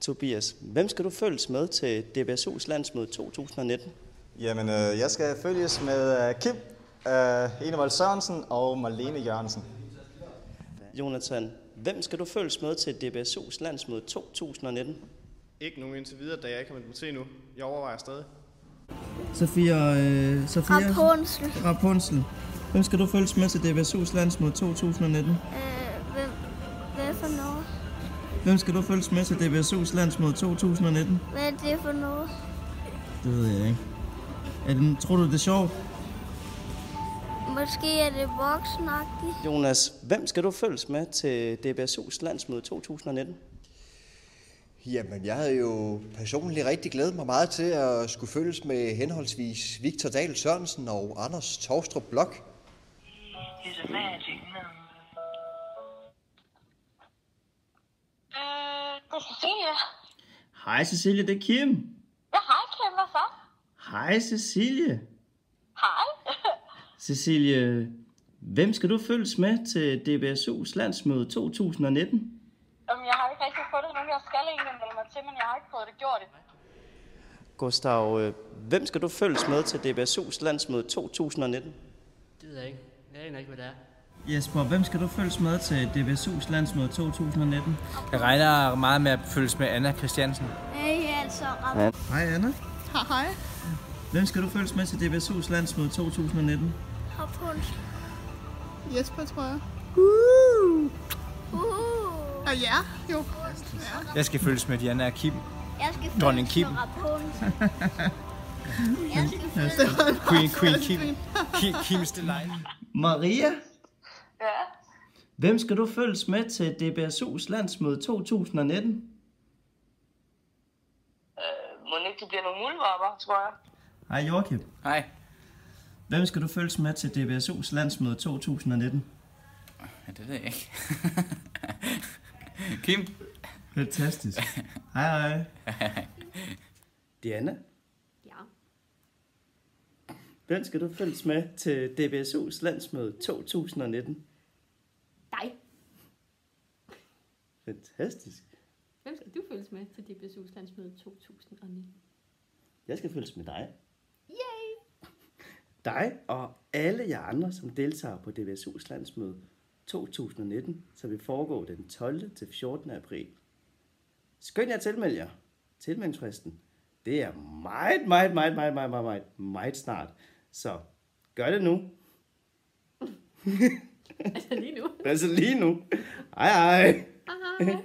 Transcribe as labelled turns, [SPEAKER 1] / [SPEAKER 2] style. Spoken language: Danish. [SPEAKER 1] Tobias, hvem skal du følges med til DBSU's landsmøde 2019?
[SPEAKER 2] Jamen, øh, jeg skal følges med øh, Kim, øh, Enevold Sørensen og Marlene Jørgensen.
[SPEAKER 1] Jonathan, hvem skal du følges med til DBSU's landsmøde 2019?
[SPEAKER 3] Ikke nogen indtil videre, da jeg ikke har meldt mig til endnu. Jeg overvejer stadig.
[SPEAKER 4] Sofia, øh, Sofia
[SPEAKER 5] Rapunzel.
[SPEAKER 4] Rapunzel. Hvem skal du følges med til DBSU's landsmøde 2019?
[SPEAKER 5] Øh, hvem, hvad for noget?
[SPEAKER 4] Hvem skal du følges med til DBSU's landsmøde 2019?
[SPEAKER 5] Hvad er det for noget?
[SPEAKER 4] Det ved jeg ikke. Er det, tror du, det er sjovt?
[SPEAKER 5] Måske er det voksenagtigt.
[SPEAKER 1] Jonas, hvem skal du følges med til DBSU's landsmøde 2019?
[SPEAKER 6] Jamen, jeg havde jo personligt rigtig glædet mig meget til at skulle følges med henholdsvis Victor Dahl Sørensen og Anders Torstrup Blok.
[SPEAKER 7] is a magic number. Øh, det er Cecilia.
[SPEAKER 4] Hej Cecilie, det er Kim.
[SPEAKER 7] Ja, hej Kim, hvad så?
[SPEAKER 4] Hej Cecilie.
[SPEAKER 7] Hej.
[SPEAKER 4] Cecilie, hvem skal du følges med til DBSU's landsmøde 2019?
[SPEAKER 7] Jamen, jeg har ikke rigtig fundet nogen, jeg skal egentlig melde mig til, men jeg har ikke fået det gjort endnu.
[SPEAKER 1] Gustav, øh, hvem skal du følges med til DBSU's landsmøde 2019?
[SPEAKER 8] Det ved jeg ikke. Jeg aner ikke, hvad det er.
[SPEAKER 4] Jesper, hvem skal du følges med til DBSU's landsmøde 2019?
[SPEAKER 9] Jeg regner meget med at følges med Anna Christiansen.
[SPEAKER 5] Hey, altså Rapunzel.
[SPEAKER 4] Hej Anna.
[SPEAKER 10] Hej.
[SPEAKER 4] Hvem skal du følges med til DBSU's landsmøde 2019?
[SPEAKER 5] Rapunzel.
[SPEAKER 10] Jesper, tror jeg.
[SPEAKER 5] Uh,
[SPEAKER 10] Og ja, jo.
[SPEAKER 9] Jeg skal følges med Diana og Kim.
[SPEAKER 5] jeg skal
[SPEAKER 9] Dronning
[SPEAKER 5] følges
[SPEAKER 9] Kim.
[SPEAKER 5] med Rapunzel. jeg skal følges
[SPEAKER 9] Queen, Queen Kim. Kim, Kim's Delight.
[SPEAKER 4] Maria,
[SPEAKER 7] Ja.
[SPEAKER 4] hvem skal du følges med til DBSU's landsmøde 2019?
[SPEAKER 7] Må ikke det bliver nogle muldvarper, tror jeg.
[SPEAKER 4] Hej Joachim.
[SPEAKER 9] Hej.
[SPEAKER 4] Hvem skal du følges med til DBSU's landsmøde 2019?
[SPEAKER 9] Ja, det ved jeg ikke. Kim.
[SPEAKER 4] Fantastisk. Hej hej. Diana,
[SPEAKER 11] Ja.
[SPEAKER 4] hvem skal du følges med til DBSU's landsmøde 2019?
[SPEAKER 11] Dig.
[SPEAKER 4] Fantastisk.
[SPEAKER 11] Hvem skal du følges med til DBSU's landsmøde 2019?
[SPEAKER 4] Jeg skal følges med dig.
[SPEAKER 11] Yay!
[SPEAKER 4] dig og alle jer andre, som deltager på DBSU's landsmøde 2019, som vil foregå den 12. til 14. april. Skynd jer at tilmelde jer. Tilmeldingsfristen, det er meget, meget, meget, meget, meget, meget, meget, meget snart. Så gør det nu.
[SPEAKER 11] Altså lige nu.
[SPEAKER 4] Altså lige nu. Hej hej.
[SPEAKER 11] Hej.